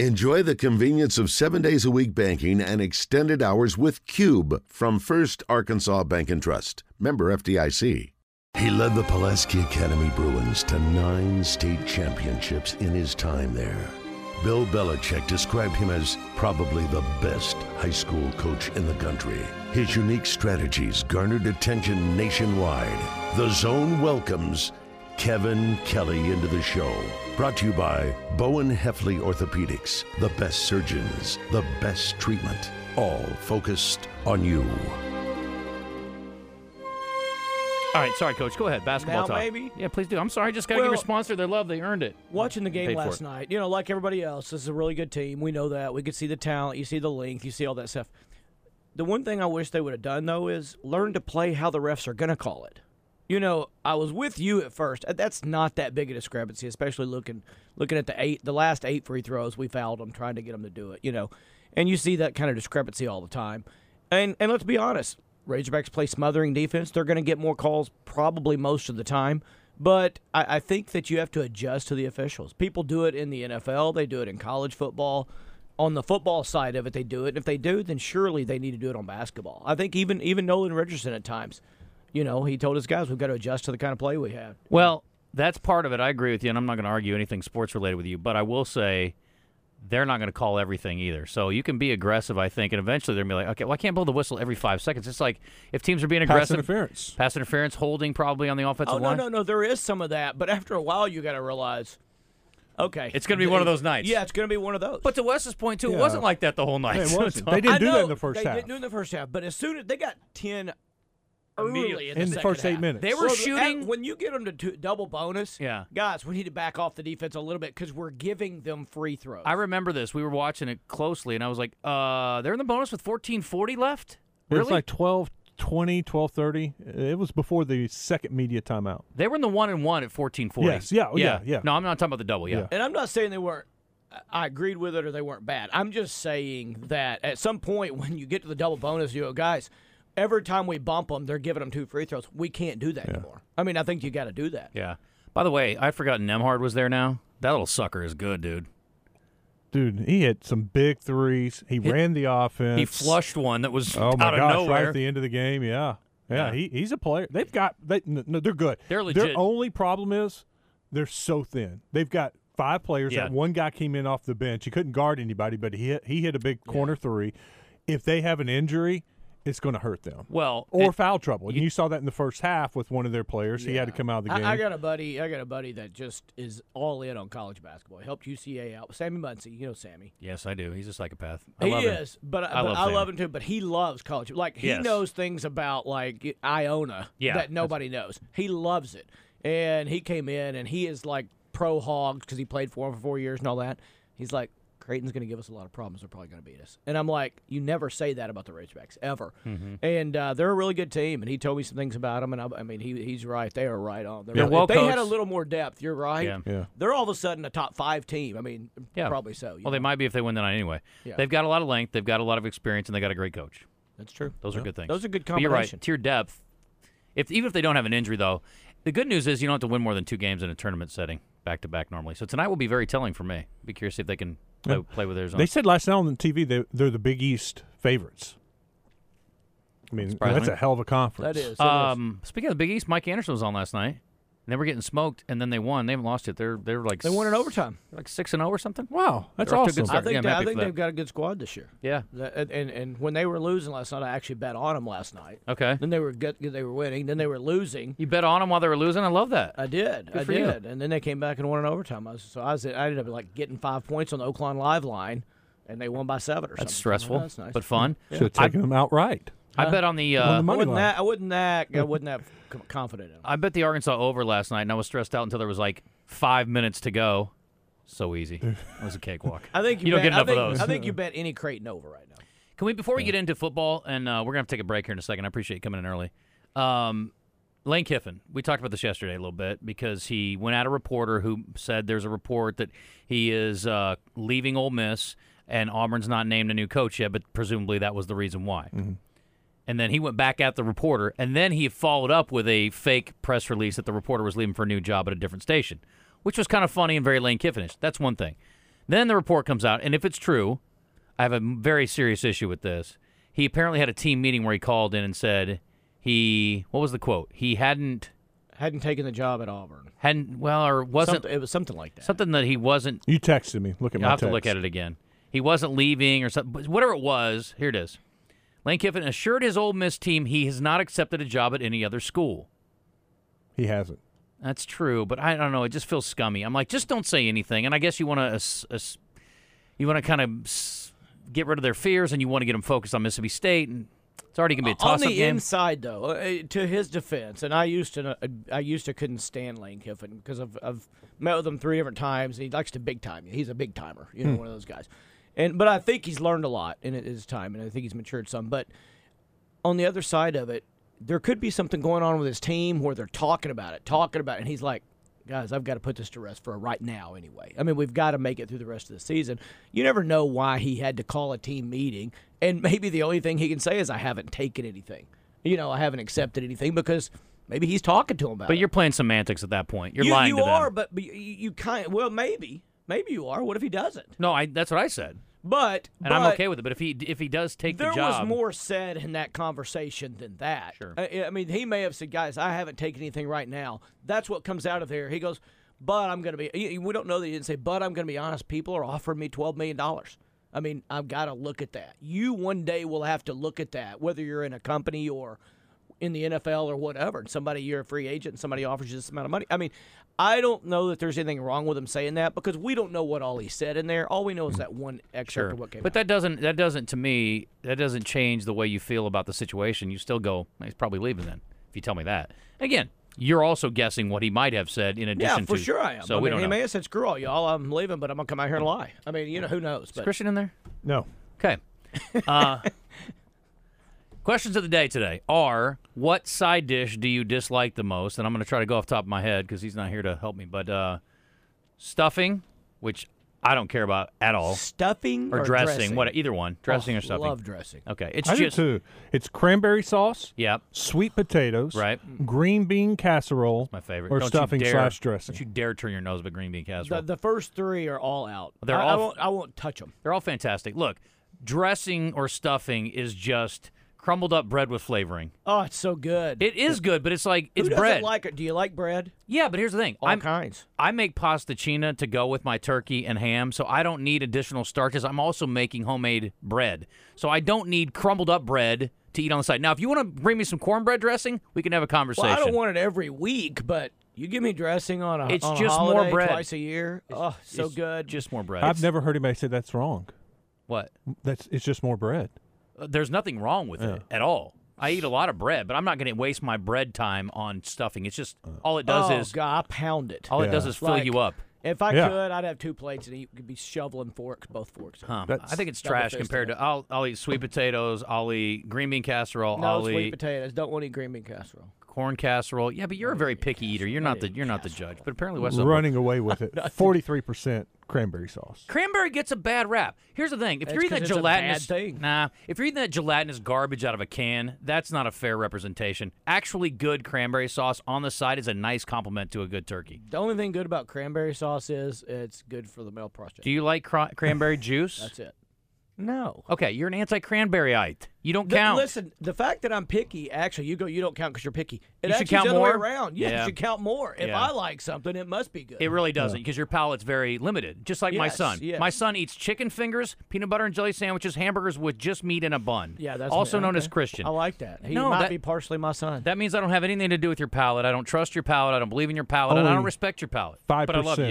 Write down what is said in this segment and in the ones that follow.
Enjoy the convenience of seven days a week banking and extended hours with Cube from First Arkansas Bank and Trust, member FDIC. He led the Pulaski Academy Bruins to nine state championships in his time there. Bill Belichick described him as probably the best high school coach in the country. His unique strategies garnered attention nationwide. The Zone welcomes Kevin Kelly into the show. Brought to you by Bowen Heffley Orthopedics, the best surgeons, the best treatment, all focused on you. All right, sorry, Coach. Go ahead. Basketball Now, talk. maybe? Yeah, please do. I'm sorry. I just got to Well- give your sponsor their love. They earned it. Watching the Paid game for last it. night, you know, like everybody else, this is a really good team. We know that. We could see the talent. You see the length. You see all that stuff. The one thing I wish they would have done, though, is learn to play how the refs are going to call it. You know, I was with you at first. Uh, That's not that big a discrepancy, especially looking looking at the eight, the last eight free throws we fouled them, trying to get them to do it. You know, and you see that kind of discrepancy all the time. And and let's be honest, Razorbacks play smothering defense. They're going to get more calls probably most of the time. But I, I think that you have to adjust to the officials. People do it in the NFL. They do it in college football. On the football side of it, they do it. And if they do, then surely they need to do it on basketball. I think even even Nolan Richardson at times, you know, he told his guys we've got to adjust to the kind of play we have. Well, that's part of it. I agree with you, and I'm not going to argue anything sports related with you, but I will say they're not going to call everything either. So you can be aggressive, I think, and eventually they're going to be like, okay, well, I can't blow the whistle every five seconds. It's like if teams are being Pass aggressive. interference. Pass interference, holding probably on the offensive Oh no line. no no, there is some of that. But after a while, you got to realize, okay, It's gonna be one of those nights. Yeah, it's going to be one of those. But to Wes's point, too, it Yeah. wasn't like that the whole night. It So wasn't. it's- They didn't I do know that in the first they half. didn't do it in the first half, but as soon as they got ten early in the, In the second first eight half. minutes. They were So the- shooting- at- when you get them to two, double bonus. Yeah. guys, we need to back off the defense a little bit because we're giving them free throws. I remember this. We were watching it closely, and I was like, uh, they're in the bonus with 1440 left? It Really? was like 12, 20, 12, It was before the second media timeout. They were in the one and one at fourteen forty. Yes, yeah, Oh, yeah, yeah. No, I'm not talking about the double. Yeah, Yeah. and I'm not saying they weren't. I- I agreed with it or they weren't bad. I'm just saying that at some point when you get to the double bonus, you go, guys. Every time we bump them, they're giving them two free throws. We can't do that anymore. I mean, I think you got to do that. yeah. By the way, I forgot Nemhard was there. Now that little sucker is good, dude. Dude, he had some big threes. He, ran the offense. He flushed one that was Oh my out gosh! of nowhere. Right at the end of the game, yeah, yeah. Yeah. He, he's a player. They've got they n- no, they're good. They're legit. Their only problem is they're so thin. They've got five players. Yeah. That one guy came in off the bench. He couldn't guard anybody, but he hit, he hit a big corner three. If they have an injury, it's going to hurt them. Well, or and- foul trouble. And you saw that in the first half with one of their players. He had to come out of the game. I, I got a buddy. I got a buddy that just is all in on college basketball. He helped UCA out. Sammy Muncie, you know Sammy. yes, I do. He's a psychopath. I he love him. is, but I I, but love I love Sammy. him too. But he loves college. Like he Yes. knows things about like Iona Yeah, that nobody knows. He loves it, and he came in and he is like pro hogs because he played for him for four years and all that. He's like. Creighton's going to give us a lot of problems. They're probably going to beat us. And I'm like, you never say that about the Razorbacks ever. Mm-hmm. And uh, they're a really good team. And he told me some things about them. And I, I mean, he, he's right. They are right on. They're They're really- well if they had a coached. little more depth. You're right. Yeah. Yeah. They're all of a sudden a top five team. I mean, Yeah. probably so. you Well, they know. might be if they win the night anyway. Yeah. They've got a lot of length. They've got a lot of experience, and they got a great coach. that's true. Those are good things. Those are good But you're right. combination. Tier depth. If even if they don't have an injury though, the good news is you don't have to win more than two games in a tournament setting back to back normally. So tonight will be very telling for me. Be curious if they can play, play with theirs on. They said last night on the TV they, they're the Big East favorites. I mean, that's Surprisingly. a hell of a conference. That is. that is. Um, speaking of the Big East, Mike Anderson was on last night. And they were getting smoked, and then they won. They haven't lost yet. They're they're like They won in s- overtime. like six and zero or something. Wow, that's They're off to a good awesome. start. I think, yeah, I'm they- I happy think for that. they've got a good squad this year. Yeah. That- And, and and when they were losing last night, I actually bet on them last night. Okay. Then they were good. They were winning. Then they were losing. You bet on them while they were losing. I love that. I did. I for you. did. And then they came back and won in overtime. I was, so I was. I ended up like getting five points on the Oakland Live line, and they won by seven or That's something. So I'm like, stressful, That's nice. but fun. Should have taken them outright. I bet on the. Uh, the I money wasn't line. that. I wasn't that. I wasn't that com- confident in them. I bet the Arkansas over last night, and I was stressed out until there was like five minutes to go. So easy. It was a cakewalk. I think you, You don't bet- get enough I of think, those. I think you bet any Creighton over right now. Can we before we get into football, and uh, we're gonna have to take a break here in a second. I appreciate you coming in early. Um, Lane Kiffin, we talked about this yesterday a little bit because he went at a reporter who said there's a report that he is uh, leaving Ole Miss and Auburn's not named a new coach yet, but presumably that was the reason why. And then he went back at the reporter, and then he followed up with a fake press release that the reporter was leaving for a new job at a different station, which was kind of funny and very Lane Kiffinish. That's one thing. Then the report comes out, and if it's true, I have a m- very serious issue with this. He apparently had a team meeting where he called in and said he what was the quote? He hadn't Hadn't taken the job at Auburn. hadn't well or wasn't Something, it was something like that. something that he wasn't You texted me. Look at my I'll have text. to look at it again. He wasn't leaving or something. But whatever it was, here it is. Lane Kiffin assured his Ole Miss team he has not accepted a job at any other school. He hasn't. That's true, but I don't know. It just feels scummy. I'm like, just don't say anything. And I guess you want to, you want to kind of get rid of their fears, and you want to get them focused on Mississippi State. And it's already gonna be a Uh, on toss-up the game. inside, though, uh, to his defense, and I used to, know- I used to couldn't stand Lane Kiffin because I've, I've met with him three different times, and he likes to big time you. He's a big timer, you know, Hmm. one of those guys. And but I think he's learned a lot in his time, and I think he's matured some. But on the other side of it, there could be something going on with his team where they're talking about it, talking about it, and he's like, guys, I've got to put this to rest for right now anyway. I mean, we've got to make it through the rest of the season. You never know why he had to call a team meeting, and maybe the only thing he can say is, I haven't taken anything. You know, I haven't accepted anything because maybe he's talking to him about But it. you're playing semantics at that point. You're you, lying you to them. are, but, but you, you kind well, maybe. Maybe you are. What if he doesn't? No, I, that's what I said, But and I'm okay with it. But if he if he does take there the job, was more said in that conversation than that. Sure. I, I mean, he may have said, "Guys, I haven't taken anything right now." That's what comes out of there. He goes, "But I'm going to be." y- We don't know that he didn't say, "But I'm going to be honest." People are offering me twelve million dollars. I mean, I've got to look at that. You one day will have to look at that, whether you're in a company or in the NFL or whatever, and somebody you're a free agent, and somebody offers you this amount of money. I mean, I don't know that there's anything wrong with him saying that because we don't know what all he said in there. All we know is that one excerpt Sure. of what came But out. that doesn't that doesn't to me that doesn't change the way you feel about the situation. You still go, "Well, he's probably leaving then. If you tell me that again, you're also guessing what he might have said in addition Yeah, to. for sure I am. So I we mean, he don't may know. Hmm. have said, "Screw all y'all, I'm leaving," but I'm gonna come out here and lie. I mean, you know who knows? But Christian in there? No. Okay. Uh, questions of the day today are: What side dish do you dislike the most? And I'm going to try to go off the top of my head because he's not here to help me. But uh, stuffing, which I don't care about at all, stuffing Oh, or, dressing, what either one, dressing or stuffing. Love dressing. Okay, it's I do just too. It's cranberry sauce, yeah. sweet potatoes, Right. green bean casserole, My favorite. or Don't you stuffing dare- slash dressing. Don't you dare turn your nose but green bean The, casserole. the first three are all out. They're I, I all- won't. I won't touch them. They're all fantastic. Look, dressing or stuffing is just crumbled up bread with flavoring. Oh, it's so good. It is good, but it's like who it's doesn't bread. like it? Do you like bread? yeah, but here's the thing. All I'm, kinds. I make pastaccina to go with my turkey and ham, so I don't need additional starches. I'm also making homemade bread, so I don't need crumbled up bread to eat on the side. Now, if you want to bring me some cornbread dressing, we can have a conversation. Well, I don't want it every week, but you give me dressing on a It's on a just more holiday bread. twice a year. oh, so It's good. Just more bread. I've never heard anybody say that's wrong. what? That's it's just more bread. Uh, there's nothing wrong with it at all. I eat a lot of bread, but I'm not going to waste my bread time on stuffing. It's just all it does oh, is God, I pound it. all it Uh. Yeah. does is fill Like- you up. If I Yeah. could, I'd have two plates and eat. Could be shoveling forks, both forks. Um, That's- I think it's Double trash fisted. compared to I'll, I'll eat sweet potatoes, I'll eat green bean casserole, No I'll sweet eat potatoes. Don't want to eat green bean casserole. corn casserole. Yeah, but you're a very picky eater. You're not the you're not the judge. But apparently West Oak- Running away with it. Forty three percent cranberry sauce. Cranberry gets a bad rap. Here's the thing: if you're It's eating that 'cause it's a gelatinous, bad thing. nah, if you're eating that gelatinous garbage out of a can, that's not a fair representation. Actually, good cranberry sauce on the side is a nice compliment to a good turkey. The only thing good about cranberry sauce is it's good for the male prostate. Do you like cra- cranberry juice? That's it. No. Okay, you're an anti-cranberryite. You don't The- count. listen, the fact that I'm picky, actually, you go, you don't count because you're picky. It You should actually count is the other more? way around. Yeah, Yeah. you should count more. If Yeah. I like something, it must be good. it really doesn't because your palate's very limited. Just like my Yes, son. yes. My son eats chicken fingers, peanut butter and jelly sandwiches, hamburgers with just meat in a bun. yeah, that's also known okay. as Christian. I like that. He No, might that- be partially my son. that means I don't have anything to do with your palate. I don't trust your palate. I don't believe in your palate. and I Oh, don't Only respect your palate. Five But I love you.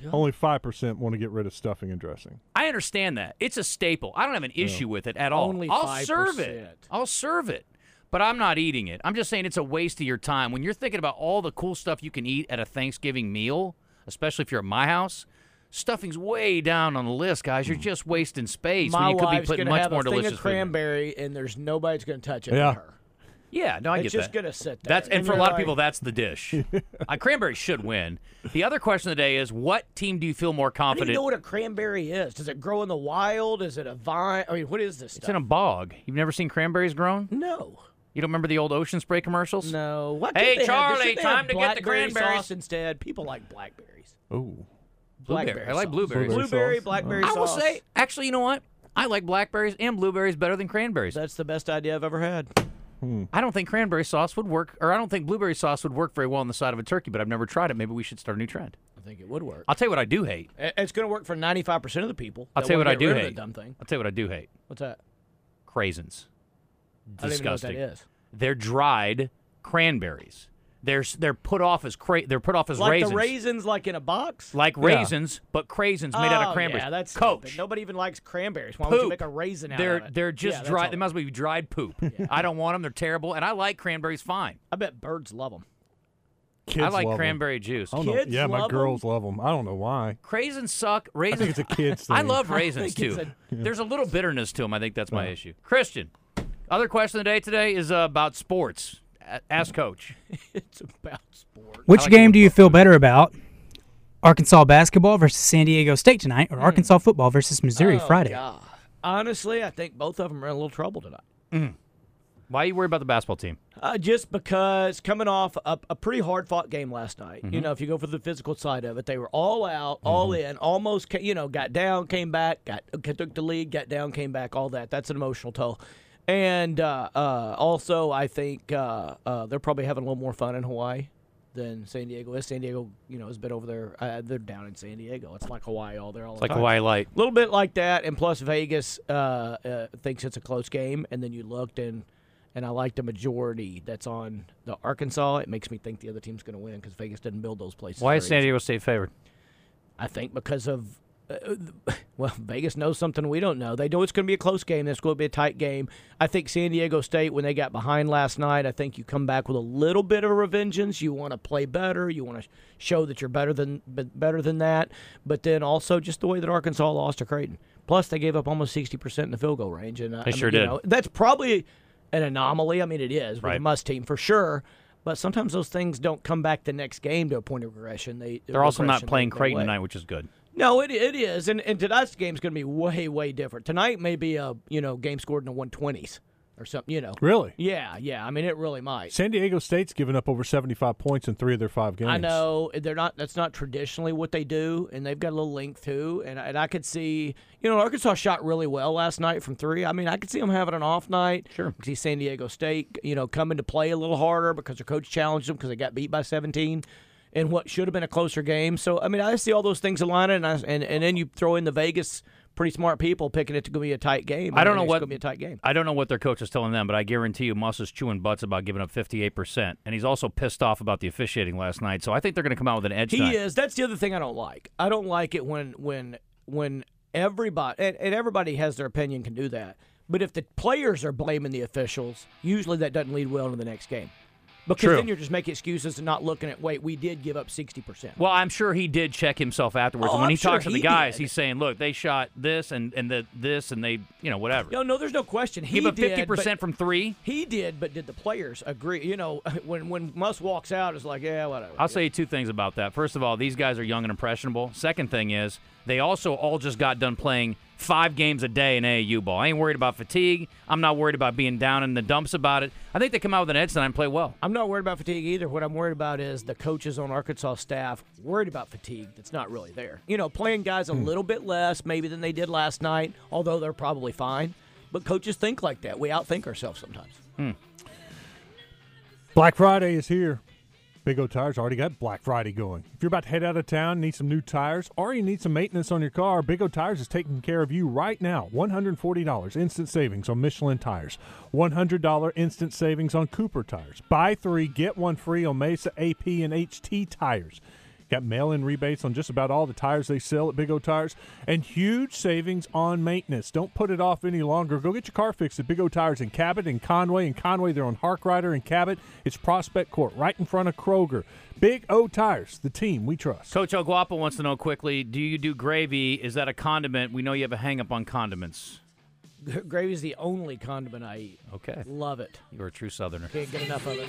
percent. Only five percent want to get rid of stuffing and dressing. I understand that. It's a staple. I don't have an issue with it at all. Oh. Only I'll serve it. 5%. I'll serve it. But I'm not eating it. I'm just saying it's a waste of your time. When you're thinking about all the cool stuff you can eat at a Thanksgiving meal, especially if you're at my house, stuffing's way down on the list, guys. You're just wasting space Hmm. my when you could be wife's putting gonna much have more a thing delicious of food. in there. cranberry, and there's nobody's going to touch it. but Yeah. her. Yeah, no, I get It's that. just going to sit there. That's and for a you're lot of like, people, that's the dish. uh, cranberry should win. The other question of the day is, what team do you feel more I don't confident? even know what a cranberry is. Does it grow in the wild? Is it a vine? I mean, what is this it's stuff? in a bog. You've never seen cranberries grown? no. You don't remember the old ocean spray commercials? No. What Hey, they have? Charlie, Shouldn't they time have to get the blackberry cranberries. sauce instead. People like blackberries. Oh. Blueberry. I like blueberries. Blueberry. Blueberry, sauce. blackberry I will sauce. say, actually, you know what? I like blackberries and blueberries better than cranberries. that's the best idea I've ever had. I don't think cranberry sauce would work, or I don't think blueberry sauce would work very well on the side of a turkey. But I've never tried it. Maybe we should start a new trend. I think it would work. I'll tell you what I do hate. It's going to work for 95% of the people. I'll that tell you what wanna I get do rid of hate. that dumb thing. I'll tell you what I do hate. What's that? Craisins. I don't even know what that Disgusting. is. They're dried cranberries. They're s- they're put off as cra- they're put off as Like raisins. the raisins, like in a box. like raisins, but craisins made out Oh, of cranberries. Yeah, that's Coach. stupid. Nobody even likes cranberries. Why would you poop. make a raisin out they're, of it? They're Yeah, just that's dry. all. They must be dried poop. I don't want them. They're terrible. And I like cranberries fine. I bet birds love them. Kids I like love 'em. cranberry juice. I don't know- Kids Yeah, my love 'em? girls love 'em. love them. I don't know why. Raisins suck. I Raisins. think it's a kids thing. I love raisins think too. it's There's a little bitterness to them. I think that's my issue. Christian, other question of the day today is uh, about sports. A- Ask coach. It's about sport. I Which like game it do you feel better about? Arkansas basketball versus San Diego State tonight, or Arkansas football versus Missouri Oh, Friday? God. Honestly, I think both of them are in a little trouble tonight. Why are you worried about the basketball team? Uh, just because coming off a, a pretty hard fought game last night, Mm-hmm. you know, if you go for the physical side of it, they were all out, all in, almost, ca- you know, got down, came back, got took the lead, got down, came back, all that. That's an emotional toll. And uh, uh, also, I think uh, uh, they're probably having a little more fun in Hawaii than San Diego is. San Diego, you know, has been over there. Uh, they're down in San Diego. It's like Hawaii all there all the Like time. Hawaii Light. A little bit like that, and plus Vegas uh, uh, thinks it's a close game, and then you looked and and I like the majority that's on the Arkansas. It makes me think the other team's going to win because Vegas didn't build those places. Why is very San Diego State favored? easy. I think because of uh, uh, well, Vegas knows something we don't know. They know it's going to be a close game. It's going to be a tight game. I think San Diego State when they got behind last night, I think you come back with a little bit of a revengeance. You want to play better. You want to show that you're better than be- better than that. But then also just the way that Arkansas lost to Creighton. Plus, they gave up almost 60% in the field goal range. And uh, They I mean, sure you did. know, that's probably an anomaly. I mean, it is with a Right. must team for sure. But sometimes those things don't come back the next game to a point of regression. They They're also not regression playing their Creighton way. tonight, which is good. No, it it is, and and tonight's game's going to be way way different. Tonight may be a you know game scored in the one twenties or something. You know. Really? Yeah, yeah. I mean, it really might. San Diego State's given up over 75 points in three of their five games. I know they're not. That's not traditionally what they do, and they've got a little length too. And and I could see, you know, Arkansas shot really well last night from three. I mean, I could see them having an off night. Sure. See San Diego State, you know, coming to play a little harder because their coach challenged them because they got beat by seventeen. In what should have been a closer game, so I mean, I see all those things aligning, and I, and, and then you throw in the Vegas, pretty smart people picking it to be a tight game. I don't know it's what- going to be a tight game. I don't know what their coach is telling them, but I guarantee you Muss is chewing butts about giving up 58%. And he's also pissed off about the officiating last night. So I think they're going to come out with an edge He uh, tonight. is. That's the other thing I don't like. I don't like it when when when everybody and, and everybody has their opinion can do that. But if the players are blaming the officials, usually that doesn't lead well into the next game. Because True. then you're just making excuses and not looking at wait, we did give up sixty percent. Well, I'm sure he did check himself afterwards. Oh, and when I'm he sure talks to the he guys, did. he's saying, look, they shot this and, and the, this and they, you know, whatever. No, no, there's no question. He Give up did, 50% but- from three. He did, but did the players agree? You know, when when Muss walks out, it's like, yeah, whatever. I'll say two things about that. First of all, these guys are young and impressionable. Second thing is, they also all just got done playing five games a day in AAU ball. I ain't worried about fatigue. I'm not worried about being down in the dumps about it. I think they come out with an edge tonight and play well. I'm not worried about fatigue either. What I'm worried about is the coaches on Arkansas staff worried about fatigue that's not really there. You know, playing guys a little bit less maybe than they did last night, although they're probably fine. But coaches think like that. We outthink ourselves sometimes. Black Friday is here. Big O Tires already got Black Friday going. If you're about to head out of town, need some new tires, or you need some maintenance on your car, Big O Tires is taking care of you right now. $140 instant savings on Michelin tires, $100 instant savings on Cooper tires. Buy three, get one free on Mesa AP and HT tires. Got mail in rebates on just about all the tires they sell at Big O Tires and huge savings on maintenance. Don't put it off any longer. Go get your car fixed at Big O Tires in Cabot and Conway. And Conway, they're on Hark Rider and Cabot. It's Prospect Court right in front of Kroger. Big O Tires, the team we trust. Coach El Guapo wants to know quickly: Do you do gravy? Is that a condiment? We know you have a hang up on condiments. Gravy's the only condiment I eat. Okay, Love it. you're a true Southerner. Can't get enough of it.